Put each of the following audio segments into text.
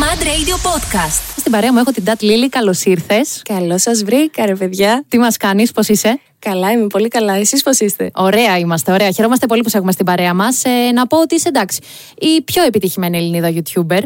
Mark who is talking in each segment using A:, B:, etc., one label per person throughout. A: Mad Radio Podcast.
B: Στην παρέα μου έχω την Τάτ Λίλη. Καλώς ήρθες.
C: Καλό σας βρήκα, ρε παιδιά.
B: Τι μας κάνεις, πώς είσαι.
C: Καλά, είμαι πολύ καλά. Εσείς πώς είστε.
B: Ωραία είμαστε, ωραία. Χαιρόμαστε πολύ που σε έχουμε στην παρέα μας. Ε, να πω ότι είσαι εντάξει. Η πιο επιτυχημένη Ελληνίδα YouTuber.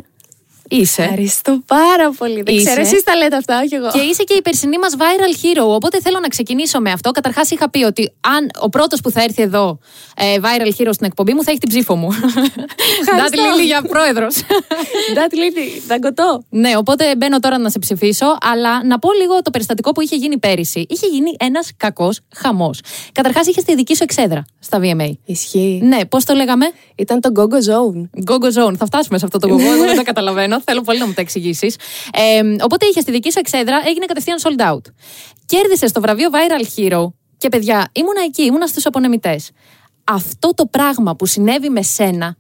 B: Είσαι.
C: Ευχαριστώ πάρα πολύ. Δεν
B: Είσαι.
C: ξέρω, εσείς τα λέτε αυτά, όχι εγώ.
B: Και είσαι και η περσινή μας viral hero. Οπότε θέλω να ξεκινήσω με αυτό. Καταρχάς, είχα πει ότι αν ο πρώτος που θα έρθει εδώ ε, viral hero στην εκπομπή μου θα έχει την ψήφο μου. Ντάτ Λίλη για πρόεδρος.
C: Ντάτ Λίλη, δαγκωτό.
B: Ναι, οπότε μπαίνω τώρα να σε ψηφίσω, αλλά να πω λίγο το περιστατικό που είχε γίνει πέρυσι. Είχε γίνει ένας κακός χαμός. Καταρχάς, είχες τη δική σου εξέδρα στα VMA.
C: Ισχύει.
B: Ναι, πώς το λέγαμε.
C: Ήταν το Gogo Zone.
B: Gogo Zone. Θα φτάσουμε σε αυτό το Gogo. Εγώ δεν το καταλαβαίνω. Θέλω πολύ να μου τα εξηγήσεις. Ε, οπότε είχε τη δική σου εξέδρα, έγινε κατευθείαν sold out. Κέρδισες το βραβείο Viral Hero. Και παιδιά, ήμουνα εκεί, ήμουνα στους απονεμητές. Αυτό το πράγμα που συνέβη με σένα,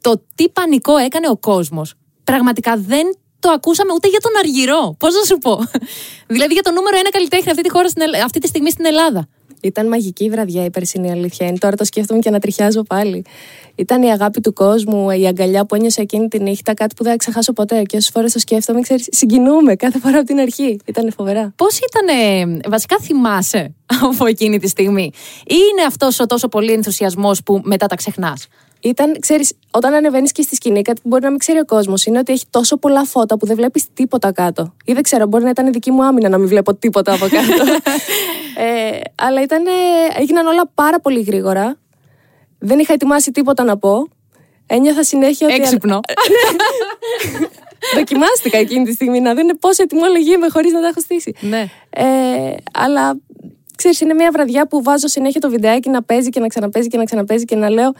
B: το τι πανικό έκανε ο κόσμος, πραγματικά δεν το ακούσαμε ούτε για τον Αργυρό. Πώς να σου πω. δηλαδή για το νούμερο ένα καλλιτέχνη αυτή τη, χώρα, στην Ελλ- αυτή τη στιγμή στην Ελλάδα.
C: Ήταν μαγική η βραδιά η περσινή αλήθεια. Είναι τώρα το σκέφτομαι και να τριχιάζω πάλι. Ήταν η αγάπη του κόσμου, η αγκαλιά που ένιωσα εκείνη τη νύχτα, κάτι που δεν θα ξεχάσω ποτέ. Και όσες φορές το σκέφτομαι, ξέρεις, συγκινούμε κάθε φορά από την αρχή. Ήταν φοβερά.
B: Πώς ήταν, ε, βασικά θυμάσαι από εκείνη τη στιγμή, ή είναι αυτός ο τόσο πολύ ενθουσιασμός που μετά τα ξεχνάς.
C: Ήταν, ξέρεις, όταν ανεβαίνεις και στη σκηνή, κάτι που μπορεί να μην ξέρει ο κόσμος είναι ότι έχει τόσο πολλά φώτα που δεν βλέπεις τίποτα κάτω. Ή δεν ξέρω, μπορεί να ήταν δική μου άμυνα να μην βλέπω τίποτα από κάτω. ε, αλλά ήταν, ε, έγιναν όλα πάρα πολύ γρήγορα. Δεν είχα ετοιμάσει τίποτα να πω. Ένιωθα συνέχεια ότι.
B: Έξυπνο.
C: Δοκιμάστηκα εκείνη τη στιγμή να δω είναι πόσο ετοιμόλογη είμαι χωρίς να τα έχω στήσει.
B: Ναι.
C: Ε, αλλά ξέρεις, είναι μια βραδιά που βάζω συνέχεια το βιντεάκι να παίζει και να ξαναπέζει και να ξαναπέζει και να λέω.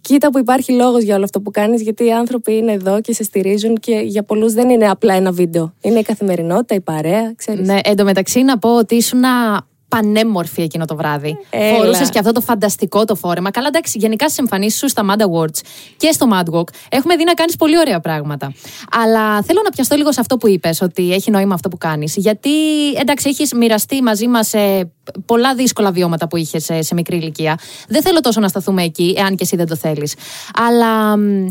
C: Κοίτα που υπάρχει λόγος για όλο αυτό που κάνεις, γιατί οι άνθρωποι είναι εδώ και σε στηρίζουν και για πολλούς δεν είναι απλά ένα βίντεο. Είναι η καθημερινότητα, η παρέα, ξέρεις.
B: ναι, εν τω μεταξύ να πω ότι ήσουν πανέμορφη εκείνο το βράδυ.
C: Έλα.
B: Φορούσες και αυτό το φανταστικό το φόρεμα. Καλά, εντάξει, γενικά στις εμφανίσεις σου στα Mad Awards και στο Mad Walk έχουμε δει να κάνεις πολύ ωραία πράγματα. Αλλά θέλω να πιαστώ λίγο σε αυτό που είπες, ότι έχει νόημα αυτό που κάνεις. Γιατί, εντάξει, έχεις μοιραστεί μαζί μας πολλά δύσκολα βιώματα που είχες σε, σε μικρή ηλικία. Δεν θέλω τόσο να σταθούμε εκεί, εάν και εσύ δεν το θέλεις. Αλλά μ,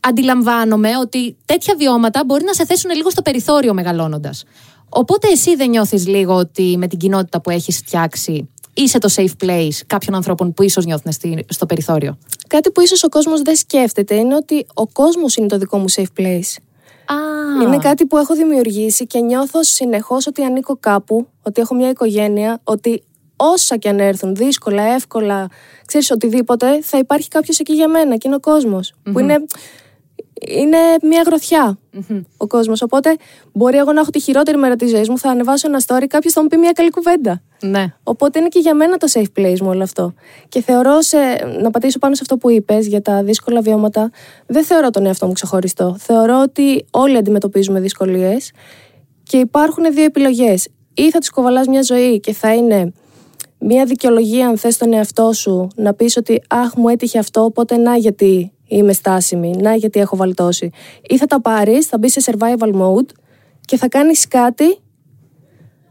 B: αντιλαμβάνομαι ότι τέτοια βιώματα μπορεί να σε θέσουν λίγο στο περιθώριο μεγαλώνοντας. Οπότε εσύ δεν νιώθεις λίγο ότι με την κοινότητα που έχεις φτιάξει είσαι το safe place κάποιων ανθρώπων που ίσως νιώθουν στη- στο περιθώριο.
C: Κάτι που ίσως ο κόσμος δεν σκέφτεται είναι ότι ο κόσμος είναι το δικό μου safe place.
B: Α,
C: Είναι κάτι που έχω δημιουργήσει και νιώθω συνεχώς ότι ανήκω κάπου, ότι έχω μια οικογένεια, ότι όσα και αν έρθουν, δύσκολα, εύκολα, ξέρεις οτιδήποτε, θα υπάρχει κάποιος εκεί για μένα και είναι ο κοσμο Που είναι, είναι μια γροθιά ο κόσμος. Οπότε μπορεί εγώ να έχω τη χειρότερη μέρα της ζωής μου, θα ανεβάσω ένα story, κάποιος θα μου πει μια καλή κουβέντα.
B: Ναι.
C: Οπότε είναι και για μένα το safe place μου όλο αυτό. Και θεωρώ, σε, να πατήσω πάνω σε αυτό που είπες για τα δύσκολα βιώματα, δεν θεωρώ τον εαυτό μου ξεχωριστό. Θεωρώ ότι όλοι αντιμετωπίζουμε δυσκολίες και υπάρχουν δύο επιλογές. Ή θα τους κοβαλά μια ζωή και θα είναι μια δικαιολογία, αν θες τον εαυτό σου, να πεις ότι Αχ, μου έτυχε αυτό, οπότε να γιατί είμαι στάσιμη, να γιατί έχω βαλτώσει. Ή θα τα πάρεις, θα μπει σε survival mode και θα κάνεις κάτι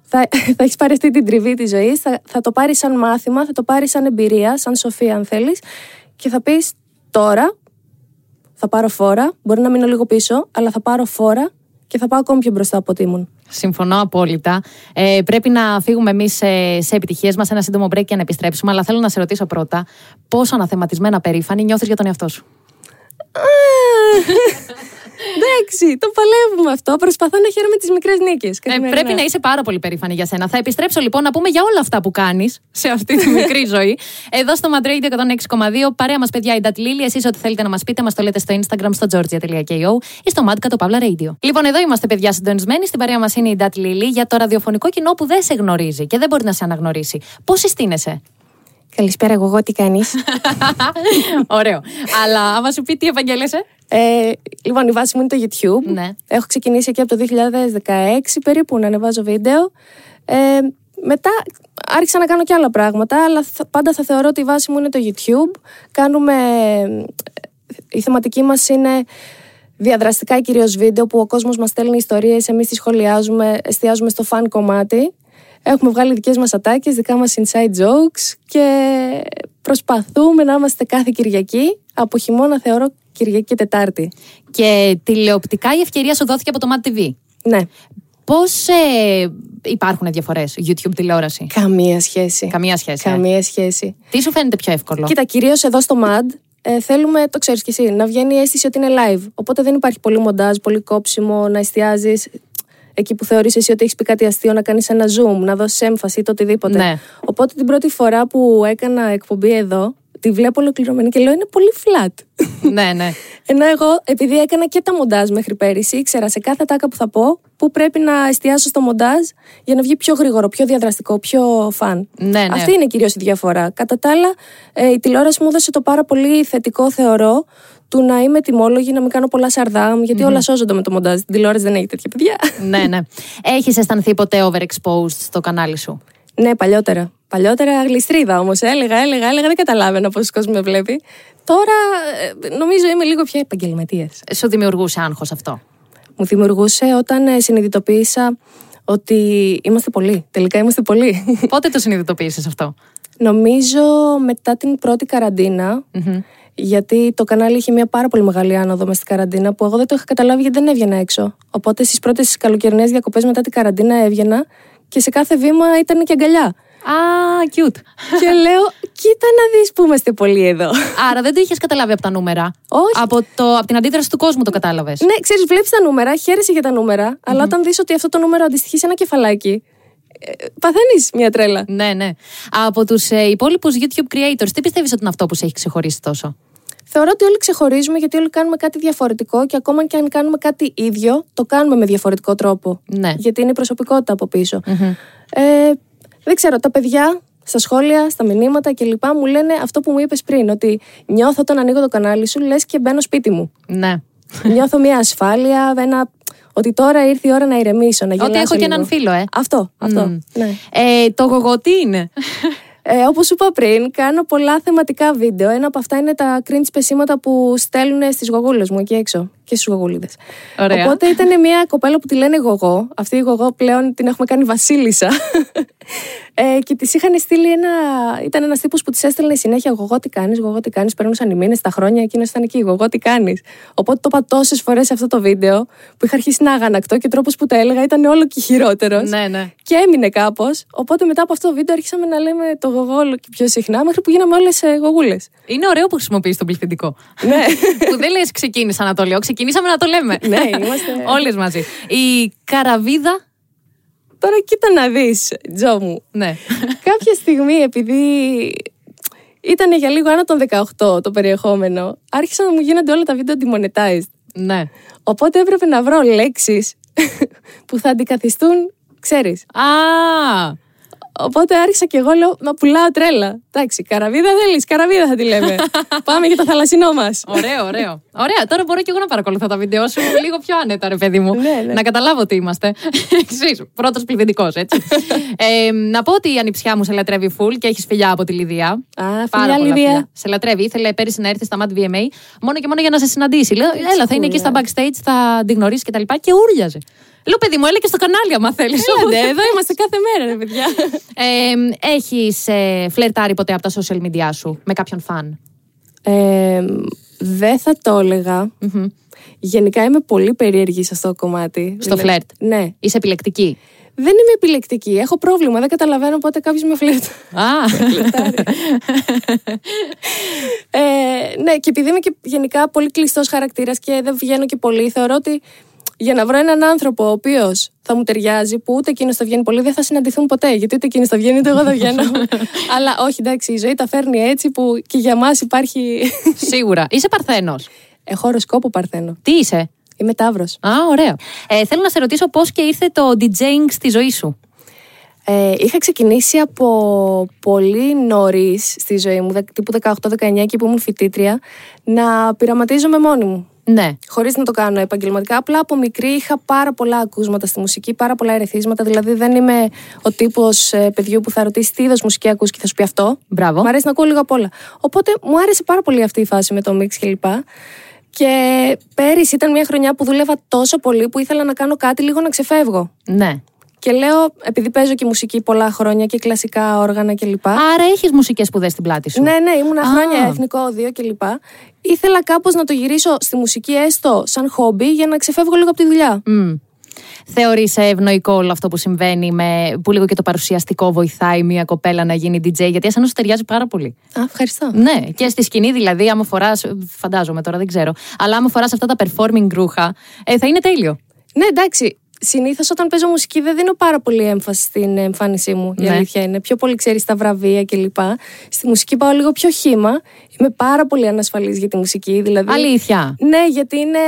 C: θα, θα έχεις πάρει αυτή την τριβή της ζωής, θα, θα το πάρεις σαν μάθημα, θα το πάρεις σαν εμπειρία, σαν σοφία, αν θέλεις, και θα πεις τώρα θα πάρω φόρα. Μπορεί να μείνω λίγο πίσω, αλλά θα πάρω φόρα και θα πάω ακόμη πιο μπροστά από ό,τι ήμουν.
B: Συμφωνώ απόλυτα. Ε, πρέπει να φύγουμε εμείς σε, σε επιτυχίες μας, ένα σύντομο break και να επιστρέψουμε. Αλλά θέλω να σε ρωτήσω πρώτα, πόσο αναθεματισμένα περήφανη νιώθεις για τον εαυτό σου.
C: Εντάξει, το παλεύουμε αυτό. Προσπαθώ να χαίρομαι τις μικρές νίκες.
B: Ε, πρέπει να είσαι πάρα πολύ περήφανη για σένα. Θα επιστρέψω λοιπόν να πούμε για όλα αυτά που κάνεις σε αυτή τη μικρή ζωή. Εδώ στο Madrid 106,2. Παρέα μας, παιδιά, η Ντατ Λίλη. Εσείς ό,τι θέλετε να μας πείτε, μας το λέτε στο Instagram, στο georgia.ko ή στο madka το Pavla Radio. Λοιπόν, εδώ είμαστε, παιδιά, συντονισμένοι. Στην παρέα μας είναι η Ντατ Λίλη για το ραδιοφωνικό κοινό που δεν σε γνωρίζει και δεν μπορεί να σε αναγνωρίσει. Πώς συστήνεσαι.
C: Καλησπέρα, εγώ, εγώ τι κάνεις.
B: Ωραίο. Αλλά άμα σου πει τι επαγγέλλεσαι.
C: Ε, λοιπόν, η βάση μου είναι το YouTube.
B: Ναι.
C: Έχω ξεκινήσει εκεί από το 2016 περίπου να ανεβάζω βίντεο. Ε, μετά άρχισα να κάνω και άλλα πράγματα, αλλά θα- πάντα θα θεωρώ ότι η βάση μου είναι το YouTube. Κάνουμε. ε, Η θεματική μας είναι διαδραστικά κυρίως βίντεο που ο κόσμος μας στέλνει ιστορίες, εμείς τις σχολιάζουμε, εστιάζουμε στο fan κομμάτι. Έχουμε βγάλει δικές μας ατάκες, δικά μας inside jokes και προσπαθούμε να είμαστε κάθε Κυριακή από χειμώνα θεωρώ Κυριακή και Τετάρτη.
B: Και τηλεοπτικά η ευκαιρία σου δόθηκε από το Mad TV.
C: Ναι.
B: Πώς ε, υπάρχουν διαφορές YouTube τηλεόραση,
C: Καμία σχέση.
B: Καμία σχέση. ε.
C: Καμία σχέση.
B: Τι σου φαίνεται πιο εύκολο.
C: Κοίτα, κυρίως εδώ στο MAD ε, θέλουμε, το ξέρεις κι εσύ, να βγαίνει η αίσθηση ότι είναι live. Οπότε δεν υπάρχει πολύ μοντάζ, πολύ κόψιμο, να εστιάζεις εκεί που θεωρείς εσύ ότι έχεις πει κάτι αστείο, να κάνεις ένα zoom, να δώσεις έμφαση ή το οτιδήποτε.
B: Ναι.
C: Οπότε την πρώτη φορά που έκανα εκπομπή εδώ, τη βλέπω ολοκληρωμένη και λέω είναι πολύ flat.
B: ναι, ναι.
C: Ενώ εγώ, επειδή έκανα και τα μοντάζ μέχρι πέρυσι, ήξερα σε κάθε τάκα που θα πω που πρέπει να εστιάσω στο μοντάζ για να βγει πιο γρήγορο, πιο διαδραστικό, πιο φαν.
B: Ναι, ναι.
C: Αυτή είναι κυρίως η διαφορά. Κατά τα άλλα, ε, η τηλεόραση μου έδωσε το πάρα πολύ θετικό, θεωρώ, του να είμαι τιμόλογη, να μην κάνω πολλά σαρδάμ, γιατί όλα σώζονται με το μοντάζ. Στην τηλεόραση δεν έχει τέτοια παιδιά.
B: ναι, ναι. Έχεις αισθανθεί ποτέ overexposed στο κανάλι σου.
C: ναι, παλιότερα. Παλιότερα γλιστρίδα όμως. Έλεγα, έλεγα, έλεγα, δεν καταλάβαινα πόσο κόσμο με βλέπει. Τώρα ε, νομίζω είμαι λίγο πιο επαγγελματίας.
B: Σου δημιουργούσε άγχος αυτό.
C: μου δημιουργούσε όταν ε, συνειδητοποίησα ότι είμαστε πολλοί. Τελικά είμαστε πολλοί.
B: Πότε το συνειδητοποίησες αυτό.
C: Νομίζω μετά την πρώτη καραντίνα, γιατί το κανάλι είχε μια πάρα πολύ μεγάλη άνοδο μες στην καραντίνα που εγώ δεν το είχα καταλάβει γιατί δεν έβγαινα έξω. Οπότε στις πρώτες καλοκαιρινές διακοπές μετά την καραντίνα έβγαινα και σε κάθε βήμα ήταν και αγκαλιά.
B: Α, cute.
C: και λέω, κοίτα να δεις που είμαστε πολλοί εδώ.
B: Άρα δεν το είχες καταλάβει από τα νούμερα.
C: Όχι.
B: Από, το, από την αντίδραση του κόσμου το κατάλαβες.
C: Ναι, ξέρεις, βλέπεις τα νούμερα, χαίρεσαι για τα νούμερα, αλλά όταν δεις ότι αυτό το νούμερο αντιστοιχεί σε ένα κεφαλάκι, παθαίνεις μια τρέλα.
B: Ναι, ναι. Από τους ε, υπόλοιπους YouTube creators, τι πιστεύεις ότι είναι αυτό που σε έχει ξεχωρίσει τόσο.
C: Θεωρώ ότι όλοι ξεχωρίζουμε γιατί όλοι κάνουμε κάτι διαφορετικό και ακόμα και αν κάνουμε κάτι ίδιο, το κάνουμε με διαφορετικό τρόπο.
B: Ναι.
C: Γιατί είναι η προσωπικότητα από πίσω. Ε, δεν ξέρω, τα παιδιά στα σχόλια, στα μηνύματα κλπ. μου λένε αυτό που μου είπες πριν, ότι νιώθω όταν ανοίγω το κανάλι σου, λες και μπαίνω σπίτι μου.
B: Ναι.
C: νιώθω μια ασφάλεια, ένα, ότι τώρα ήρθε η ώρα να ηρεμήσω, να γελάσω
B: Ότι έχω και
C: λίγο.
B: έναν φίλο, ε.
C: Αυτό, αυτό. Ναι.
B: ε το γογό τι είναι.
C: Ε, Όπως σου είπα πριν, κάνω πολλά θεματικά βίντεο. Ένα από αυτά είναι τα cringe πεσήματα που στέλνουν στις γογούλες μου εκεί έξω και στους γογούλιδε.
B: Ωραία.
C: Οπότε ήταν μια κοπέλα που τη λένε γογό. Αυτή η γογό πλέον την έχουμε κάνει Βασίλισσα. ε, και της είχαν στείλει ένα. Ήταν ένας τύπος που της έστελνε συνέχεια γογό τι κάνεις, γογό τι κάνεις. Περνούσαν οι μήνες, τα χρόνια, εκείνο ήταν εκεί, γογό τι κάνεις. Οπότε το είπα τόσες φορές αυτό το βίντεο που είχα αρχίσει να αγανακτώ και ο τρόπος που τα έλεγα ήταν όλο και χειρότερος.
B: ναι, ναι.
C: Και έμεινε κάπως. Οπότε μετά από αυτό το βίντεο άρχισαμε να λέμε το γογόλο και πιο συχνά, μέχρι που γίναμε ε, όλε γογούλες.
B: Είναι ωραίο που χρησιμοποιείς τον πληθυντικό.
C: Ναι.
B: που δεν λες ξεκίνησα να το λέω. Ξεκινήσαμε να το λέμε.
C: Ναι, είμαστε-
B: Όλες μαζί. Η καραβίδα.
C: Τώρα κοίτα να δεις, Τζο μου.
B: Ναι.
C: Κάποια στιγμή, επειδή ήταν για λίγο άνω των 18 το περιεχόμενο, άρχισαν να μου γίνονται όλα τα βίντεο demonetized.
B: ναι.
C: Οπότε έπρεπε να βρω λέξεις που θα αντικαθιστούν, ξέρεις.
B: Α!
C: Οπότε άρχισα και εγώ λέω να πουλάω τρέλα. Εντάξει, καραβίδα θέλεις, καραβίδα θα τη λέμε. Πάμε για το θαλασσινό μας.
B: Ωραίο, ωραίο. Ωραία, τώρα μπορώ και εγώ να παρακολουθώ τα βίντεο σου λίγο πιο άνετα, ρε παιδί μου.
C: Ναι, ναι.
B: Να καταλάβω τι είμαστε. Ξέρεις, πρώτος πληθυντικός, έτσι. ε, να πω ότι η ανιψιά μου σε λατρεύει full και έχει φιλιά από τη Λιδία.
C: Α,
B: Πάρα
C: φιλιά,
B: πολλά
C: Λιδία.
B: φιλιά. Σε λατρεύει. Ήθελε πέρυσι να έρθει στα Mad VMA μόνο και μόνο για να σε συναντήσει. Λέω, έλα, θα είναι εκεί στα backstage, θα την γνωρίσει κτλ. Και ούρλιαζε. Λέω, παιδί μου, έλα ναι, και στο κανάλι, άμα θέλεις.
C: Άντε, εδώ είμαστε κάθε μέρα, ρε παιδιά.
B: Ε, έχεις ε, φλερτάρει ποτέ από τα social media σου με κάποιον φαν.
C: Ε, δεν θα το ελεγα Γενικά είμαι πολύ περίεργη σε αυτό το κομμάτι.
B: Στο
C: Δηλαδή-
B: φλερτ.
C: Ναι.
B: Είσαι επιλεκτική.
C: Δεν είμαι επιλεκτική. Έχω πρόβλημα. Δεν καταλαβαίνω πότε κάποιος με φλερτ.
B: Α,
C: Ε, ναι, και επειδή είμαι και γενικά πολύ κλειστός χαρακτήρας και δεν βγαίνω και πολύ, θεωρώ ότι για να βρω έναν άνθρωπο ο οποίος θα μου ταιριάζει, που ούτε εκείνος θα βγαίνει πολύ, δεν θα συναντηθούν ποτέ. Γιατί ούτε εκείνος θα βγαίνει, ούτε εγώ θα βγαίνω. Αλλά όχι, εντάξει, η ζωή τα φέρνει έτσι που και για μας υπάρχει.
B: σίγουρα. Είσαι παρθένος.
C: Έχω οροσκόπο Παρθένο.
B: Τι είσαι.
C: Είμαι Ταύρος.
B: Α, ωραία. Ε, θέλω να σε ρωτήσω πώς και ήρθε το DJing στη ζωή σου.
C: Ε, είχα ξεκινήσει από πολύ νωρίς στη ζωή μου, δε- τύπου 18-19, εκεί που ήμουν φοιτήτρια, να πειραματίζομαι μόνη μου.
B: Ναι.
C: Χωρίς να το κάνω επαγγελματικά. Απλά από μικρή είχα πάρα πολλά ακούσματα στη μουσική, πάρα πολλά ερεθίσματα. Δηλαδή δεν είμαι ο τύπος παιδιού που θα ρωτήσει τι είδος μουσική ακούς και θα σου πει αυτό.
B: Μπράβο.
C: Μ' αρέσει να ακούω λίγο απ' όλα. Οπότε μου άρεσε πάρα πολύ αυτή η φάση με το μίξ και λοιπά. Και πέρυσι ήταν μια χρονιά που δούλευα τόσο πολύ που ήθελα να κάνω κάτι λίγο να ξεφεύγω.
B: Ναι.
C: Και λέω, επειδή παίζω και μουσική πολλά χρόνια και κλασικά όργανα κλπ.
B: Άρα έχεις μουσικές σπουδές στην πλάτη σου.
C: Ναι, ναι, ήμουνα
B: Α.
C: χρόνια εθνικό όδιο κλπ. Ήθελα κάπως να το γυρίσω στη μουσική έστω σαν χόμπι για να ξεφεύγω λίγο από τη δουλειά.
B: Μμ. Θεωρείς ε, ευνοϊκό όλο αυτό που συμβαίνει με, που λίγο και το παρουσιαστικό βοηθάει μια κοπέλα να γίνει DJ γιατί σαν να σου ταιριάζει πάρα πολύ.
C: Α, ευχαριστώ.
B: Ναι, και στη σκηνή δηλαδή, άμα φοράς. Φαντάζομαι τώρα, δεν ξέρω. Αλλά άμα φοράς αυτά τα performing ρούχα, ε, θα είναι τέλειο.
C: Ναι, εντάξει. Συνήθως όταν παίζω μουσική δεν δίνω πάρα πολύ έμφαση στην εμφάνισή μου. Η
B: Ναι.
C: αλήθεια είναι. Πιο πολύ ξέρεις τα βραβεία κλπ. Στη μουσική πάω λίγο πιο χήμα. Είμαι πάρα πολύ ανασφαλής για τη μουσική. Δηλαδή,
B: Αλήθεια.
C: Ναι, γιατί είναι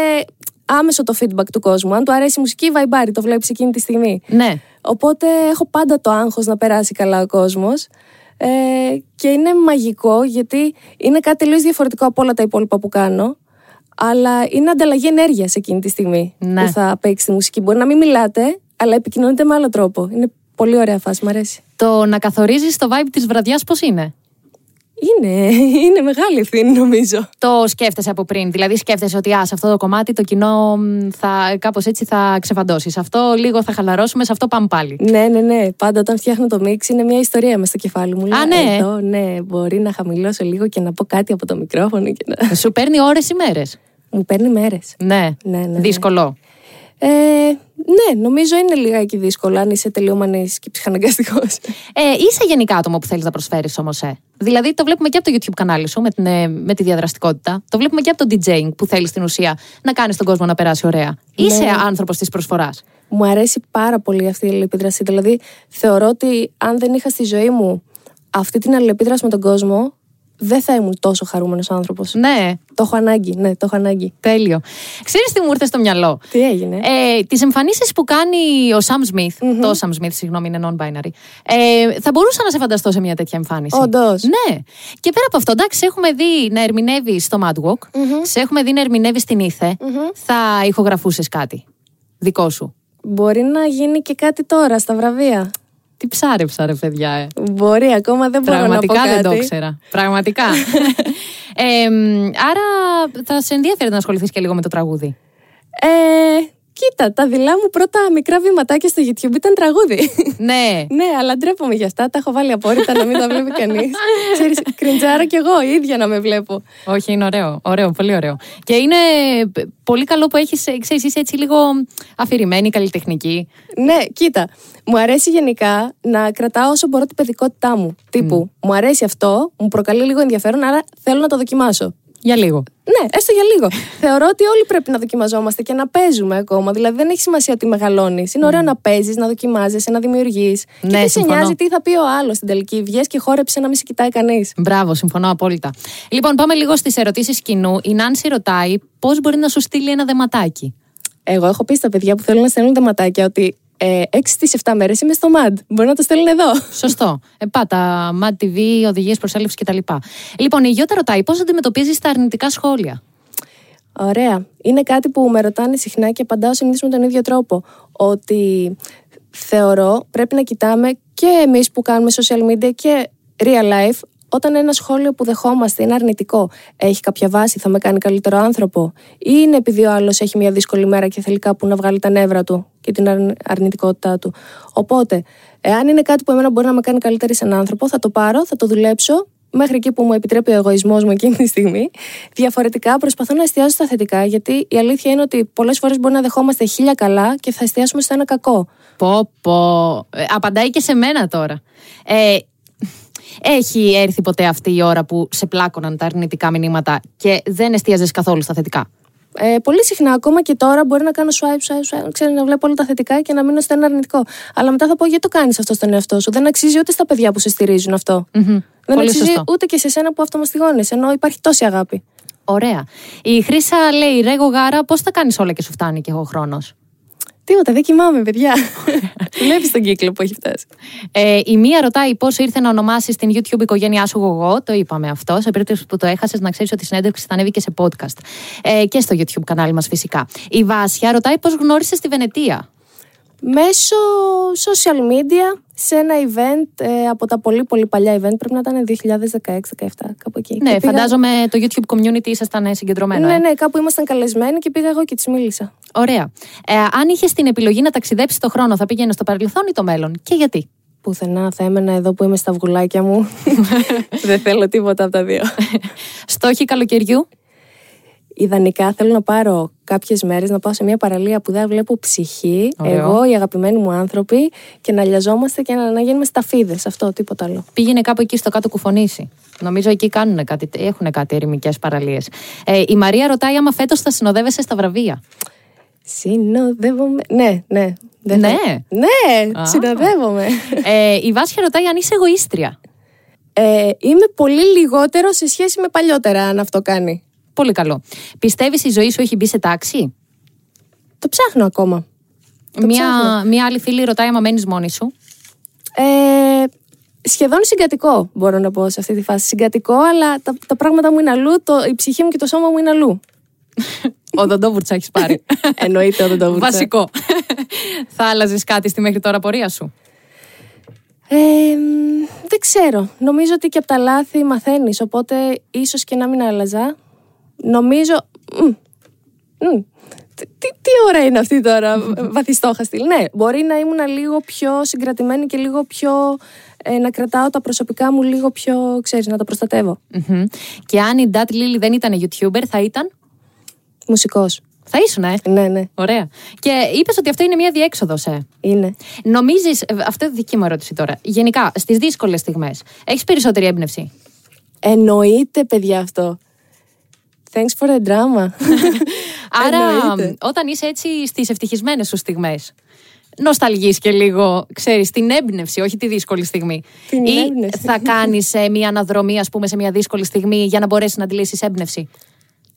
C: άμεσο το feedback του κόσμου. Αν του αρέσει η μουσική, βαϊμπάρει, το βλέπεις εκείνη τη στιγμή.
B: Ναι.
C: Οπότε έχω πάντα το άγχος να περάσει καλά ο κόσμος ε, και είναι μαγικό γιατί είναι κάτι τελείως διαφορετικό από όλα τα υπόλοιπα που κάνω αλλά είναι ανταλλαγή ενέργειας εκείνη τη στιγμή
B: Ναι.
C: που θα παίξει τη μουσική. Μπορεί να μην μιλάτε, αλλά επικοινωνείτε με άλλο τρόπο. Είναι πολύ ωραία φάση, μου αρέσει.
B: Το να καθορίζεις το vibe της βραδιάς πώς είναι.
C: Είναι, είναι μεγάλη ευθύνη νομίζω.
B: Το σκέφτεσαι από πριν. Δηλαδή, σκέφτεσαι ότι α, σε αυτό το κομμάτι το κοινό μ, θα, κάπως έτσι θα ξεφαντώσεις. Σε αυτό λίγο θα χαλαρώσουμε, σε αυτό πάμε πάλι.
C: Ναι, ναι, ναι. Πάντα όταν φτιάχνω το μίξ είναι μια ιστορία μέσα στο κεφάλι μου. Λέω,
B: ναι.
C: Εδώ, ναι, μπορεί να χαμηλώσω λίγο και να πω κάτι από το μικρόφωνο. Και να...
B: Σου παίρνει ώρες ή μέρες.
C: μου παίρνει μέρες.
B: Ναι.
C: Ναι, ναι, ναι.
B: Δύσκολο.
C: Ε, ναι, νομίζω είναι λιγάκι δύσκολο αν είσαι τελειωμανή και ψυχαναγκαστικός.
B: Ε, είσαι γενικά άτομο που θέλεις να προσφέρεις όμως. Ε. Δηλαδή, το βλέπουμε και από το YouTube κανάλι σου με, την, ε, με τη διαδραστικότητα. Το βλέπουμε και από το DJing που θέλεις στην ουσία να κάνεις τον κόσμο να περάσει ωραία. Είσαι άνθρωπος της προσφοράς.
C: μου αρέσει πάρα πολύ αυτή η αλληλεπίδραση. Δηλαδή, θεωρώ ότι αν δεν είχα στη ζωή μου αυτή την αλληλεπίδραση με τον κόσμο, δεν θα ήμουν τόσο χαρούμενος άνθρωπος.
B: Ναι,
C: Το έχω ανάγκη, ναι, το έχω ανάγκη.
B: τέλειο. Ξέρεις τι μου ήρθε στο μυαλό.
C: Τι έγινε.
B: Ε, τις εμφανίσεις που κάνει ο Sam Smith, το Sam Smith, συγγνώμη, είναι non-binary. Ε, θα μπορούσα να σε φανταστώ σε μια τέτοια εμφάνιση.
C: Όντως.
B: Ναι. Και πέρα από αυτό, εντάξει, σε έχουμε δει να ερμηνεύει στο Mad Walk, σε έχουμε δει να ερμηνεύει στην Ήθε. Θα ηχογραφούσες κάτι δικό σου.
C: Μπορεί να γίνει και κάτι τώρα στα βραβεία.
B: Τι ψάρεψα, ρε παιδιά. Ε.
C: Μπορεί, ακόμα δεν μπορώ
B: Πραγματικά
C: να πω
B: δεν
C: κάτι.
B: το ήξερα. Πραγματικά. ε, μ, άρα θα σε ενδιαφέρει να ασχοληθείς και λίγο με το τραγούδι.
C: Ε, κοίτα, τα δειλά μου πρώτα μικρά βηματάκια στο YouTube ήταν τραγούδι.
B: ναι.
C: Ναι, αλλά ντρέπομαι για αυτά. Τα έχω βάλει απόρριτα να μην τα βλέπει κανείς. Ξέρεις, κριντζάρω κι εγώ η ίδια να με βλέπω.
B: Όχι, είναι ωραίο. Ωραίο, πολύ ωραίο. Και είναι π- πολύ καλό που έχεις, ξέρεις, είσαι έτσι λίγο αφηρημένη, καλλιτεχνική.
C: Ναι, κοίτα. Μου αρέσει γενικά να κρατάω όσο μπορώ την παιδικότητά μου. Τύπου, μου αρέσει αυτό, μου προκαλεί λίγο ενδιαφέρον, άρα θέλω να το δοκιμάσω.
B: Για λίγο.
C: Ναι, έστω για λίγο. Θεωρώ ότι όλοι πρέπει να δοκιμαζόμαστε και να παίζουμε ακόμα. Δηλαδή, δεν έχει σημασία ότι μεγαλώνεις. Είναι ωραίο να παίζεις, να δοκιμάζεσαι, να δημιουργείς.
B: Ναι,
C: και δεν σε
B: συμφωνώ.
C: νοιάζει τι θα πει ο άλλος στην τελική. Βγες και χόρεψε να μην σε κοιτάει κανείς.
B: Μπράβο, συμφωνώ απόλυτα. Λοιπόν, πάμε λίγο στις ερωτήσεις κοινού. Η Νάνση ρωτάει πώς μπορεί να σου στείλει ένα δεματάκι.
C: Εγώ έχω πει στα παιδιά που θέλουν να στέλνουν τα ματάκια ότι ε, 6 στι 7 μέρες είμαι στο MAD. Μπορεί να το στέλνουν εδώ.
B: Σωστό. Ε, πάτα, Mad TV, οδηγίες προσέλευσης κτλ. Λοιπόν, η Γιώτα ρωτάει πώς αντιμετωπίζεις τα αρνητικά σχόλια.
C: Ωραία. Είναι κάτι που με ρωτάνε συχνά και απαντάω συνήθως με τον ίδιο τρόπο. Ότι θεωρώ πρέπει να κοιτάμε και εμείς που κάνουμε social media και real life όταν ένα σχόλιο που δεχόμαστε είναι αρνητικό, έχει κάποια βάση, θα με κάνει καλύτερο άνθρωπο, ή είναι επειδή ο άλλος έχει μια δύσκολη μέρα και θέλει κάπου να βγάλει τα νεύρα του και την αρνη- αρνητικότητά του. Οπότε, εάν είναι κάτι που εμένα μπορεί να με κάνει καλύτερη σαν άνθρωπο, θα το πάρω, θα το δουλέψω μέχρι εκεί που μου επιτρέπει ο εγωισμός μου εκείνη τη στιγμή. Διαφορετικά, προσπαθώ να εστιάζω στα θετικά, γιατί η αλήθεια είναι ότι πολλές φορές μπορεί να δεχόμαστε χίλια καλά και θα εστιάσουμε στο ένα κακό.
B: Πω, πω. Ε, Απαντάει και σε μένα τώρα. Ε, έχει έρθει ποτέ αυτή η ώρα που σε πλάκωναν τα αρνητικά μηνύματα και δεν εστίαζες καθόλου στα θετικά.
C: Ε, πολύ συχνά, ακόμα και τώρα, μπορεί να κάνω swipe, swipe, swipe, ξέρω, να βλέπω όλα τα θετικά και να μείνω στο ένα αρνητικό. Αλλά μετά θα πω, γιατί το κάνεις αυτό στον εαυτό σου. Δεν αξίζει ούτε στα παιδιά που σε στηρίζουν αυτό. Δεν
B: Πολύ
C: αξίζει
B: σωστό.
C: ούτε και σε σένα που αυτομαστιγώνεσαι, ενώ υπάρχει τόση αγάπη.
B: Ωραία. Η Χρύσα λέει: Ρέγο γάρα, πώς τα κάνεις όλα και σου φτάνει και εγώ χρόνο.
C: Τίποτα, δεν κοιμάμαι, παιδιά. Βλέπεις τον κύκλο που έχει φτάσει.
B: Ε, η μία ρωτάει πώς ήρθε να ονομάσεις την YouTube οικογένειά σου γογό. Το είπαμε αυτό. Σε περίπτωση που το έχασες, να ξέρεις ότι η συνέντευξη θα ανέβει και σε podcast. Ε, και στο YouTube κανάλι μας φυσικά. Η Βάσια ρωτάει πώς γνώρισες τη Βενετία.
C: Μέσω social media, σε ένα event ε, από τα πολύ πολύ παλιά event, πρέπει να ήταν 2016-17, κάπου εκεί.
B: Ναι,
C: Και πήγα-
B: φαντάζομαι το YouTube community ήσασταν ε, συγκεντρωμένο.
C: Ναι,
B: ε.
C: ναι, κάπου ήμασταν καλεσμένοι και πήγα εγώ και της μίλησα.
B: Ωραία. Ε, αν είχες την επιλογή να ταξιδέψεις το χρόνο, θα πήγαινες στο παρελθόν ή το μέλλον. Και γιατί.
C: Πουθενά θα έμενα εδώ που είμαι στα αυγουλάκια μου. Δεν θέλω τίποτα από τα δύο.
B: Στόχοι καλοκαιριού.
C: Ιδανικά θέλω να πάρω κάποιες μέρες να πάω σε μια παραλία που δεν βλέπω ψυχή.
B: Ωραίο.
C: Εγώ, οι αγαπημένοι μου άνθρωποι και να λιαζόμαστε και να, να γίνουμε σταφίδες. Αυτό, τίποτα άλλο.
B: Πήγαινε κάπου εκεί στο κάτω κουφονήσι. Νομίζω εκεί κάνουν κάτι, έχουν κάτι ερημικές παραλίες. Ε, η Μαρία ρωτάει άμα φέτος θα συνοδεύεσαι στα βραβεία.
C: Συνοδεύομαι. Ναι, ναι. δεν
B: Ναι.
C: θα- Ναι,
B: Α.
C: συνοδεύομαι.
B: Ε, η Βάσια ρωτάει αν είσαι εγωίστρια.
C: Ε, είμαι πολύ λιγότερο σε σχέση με παλιότερα, αν αυτό κάνει.
B: Πολύ καλό. Πιστεύεις η ζωή σου έχει μπει σε τάξη.
C: Το ψάχνω ακόμα.
B: Μία, μία άλλη φίλη ρωτάει άμα μένεις μόνη σου.
C: Ε, σχεδόν συγκατοικό, μπορώ να πω σε αυτή τη φάση. Συγκατοικό, αλλά τα, τα πράγματα μου είναι αλλού, το, η ψυχή μου και το σώμα μου είναι αλλού.
B: Ο Δοντόβουρτσα έχεις πάρει.
C: Εννοείται όταν το βρήκα.
B: Βασικό. θα άλλαζες κάτι στη μέχρι τώρα πορεία σου.
C: Ε, μ, δεν ξέρω. Νομίζω ότι και από τα λάθη μαθαίνεις, οπότε ίσως και να μην άλλαζα. Νομίζω... μ, μ, Τι, τι, τι ώρα είναι αυτή τώρα, βαθιστόχαστη. Ναι, μπορεί να ήμουν λίγο πιο συγκρατημένη και λίγο πιο... ε, να κρατάω τα προσωπικά μου λίγο πιο, ξέρεις, να τα προστατεύω.
B: Μμμ. Και αν η Ντάτ Λίλι δεν ήταν YouTuber, θα ήταν.
C: Μουσικός.
B: Θα ήσουν, ε.
C: Ναι, ναι,
B: Ωραία. Και είπες ότι αυτό είναι μια διέξοδος, ε.
C: είναι.
B: Νομίζεις, αυτό είναι δική μου ερώτηση τώρα. Γενικά, στις δύσκολες στιγμές, έχεις περισσότερη έμπνευση.
C: Εννοείται, παιδιά, αυτό. Thanks for the drama.
B: Άρα,
C: Εννοείται.
B: όταν είσαι έτσι στις ευτυχισμένες σου στιγμές, νοσταλγείς και λίγο, ξέρεις, την έμπνευση, όχι τη δύσκολη στιγμή.
C: Την
B: Ή
C: έμπνευση.
B: θα κάνεις μια αναδρομή, ας πούμε, σε μια δύσκολη στιγμή για να μπορέσεις να αντιλήσει έμπνευση.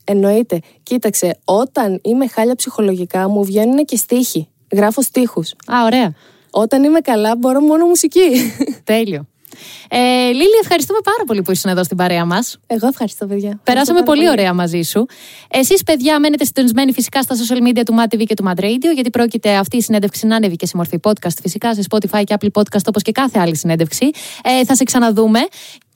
C: Εννοείται. Κοίταξε, όταν είμαι χάλια ψυχολογικά, μου βγαίνουν και στίχοι. Γράφω στίχους.
B: Α, ωραία.
C: Όταν είμαι καλά, μπορώ μόνο μουσική.
B: Τέλειο. Ε, Λίλη, ευχαριστούμε πάρα πολύ που ήσουν εδώ στην παρέα μας.
C: Εγώ ευχαριστώ, παιδιά.
B: Περάσαμε πολύ, ωραία ε? μαζί σου. Εσείς, παιδιά, μένετε συντονισμένοι φυσικά στα social media του MAT TV και του Mad Radio, γιατί πρόκειται αυτή η συνέντευξη να ανέβει και σε μορφή podcast, φυσικά σε Spotify και Apple Podcast, όπως και κάθε άλλη συνέντευξη. Ε, θα σε ξαναδούμε.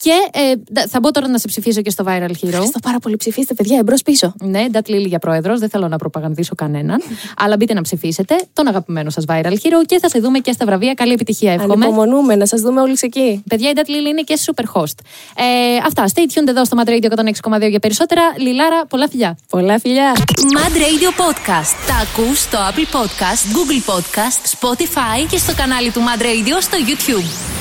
B: Και ε, ντα- θα μπω τώρα να σε ψηφίσω και στο Viral Hero.
C: Ευχαριστώ πάρα πολύ. Ψηφίστε, παιδιά, εμπρός πίσω.
B: Ναι, Ντάτ Λίλη για πρόεδρος, δεν θέλω να προπαγανδίσω κανέναν. αλλά μπείτε να ψηφίσετε τον αγαπημένο σας Viral Hero και θα σε δούμε και στα βραβεία. Καλή επιτυχία, εύχομαι.
C: Ανυπομονούμε να σας δούμε όλου εκεί.
B: Παιδιά, η Ντάτ Λίλη είναι και super host. Ε, αυτά. Stay tuned εδώ στο Mad Radio 106,2 για περισσότερα. Λιλάρα, πολλά φιλιά.
C: Πολλά φιλιά.
A: Mad Radio Podcast. Τα ακούς στο Apple Podcast, Google Podcast, Spotify και στο κανάλι του Mad Radio στο YouTube.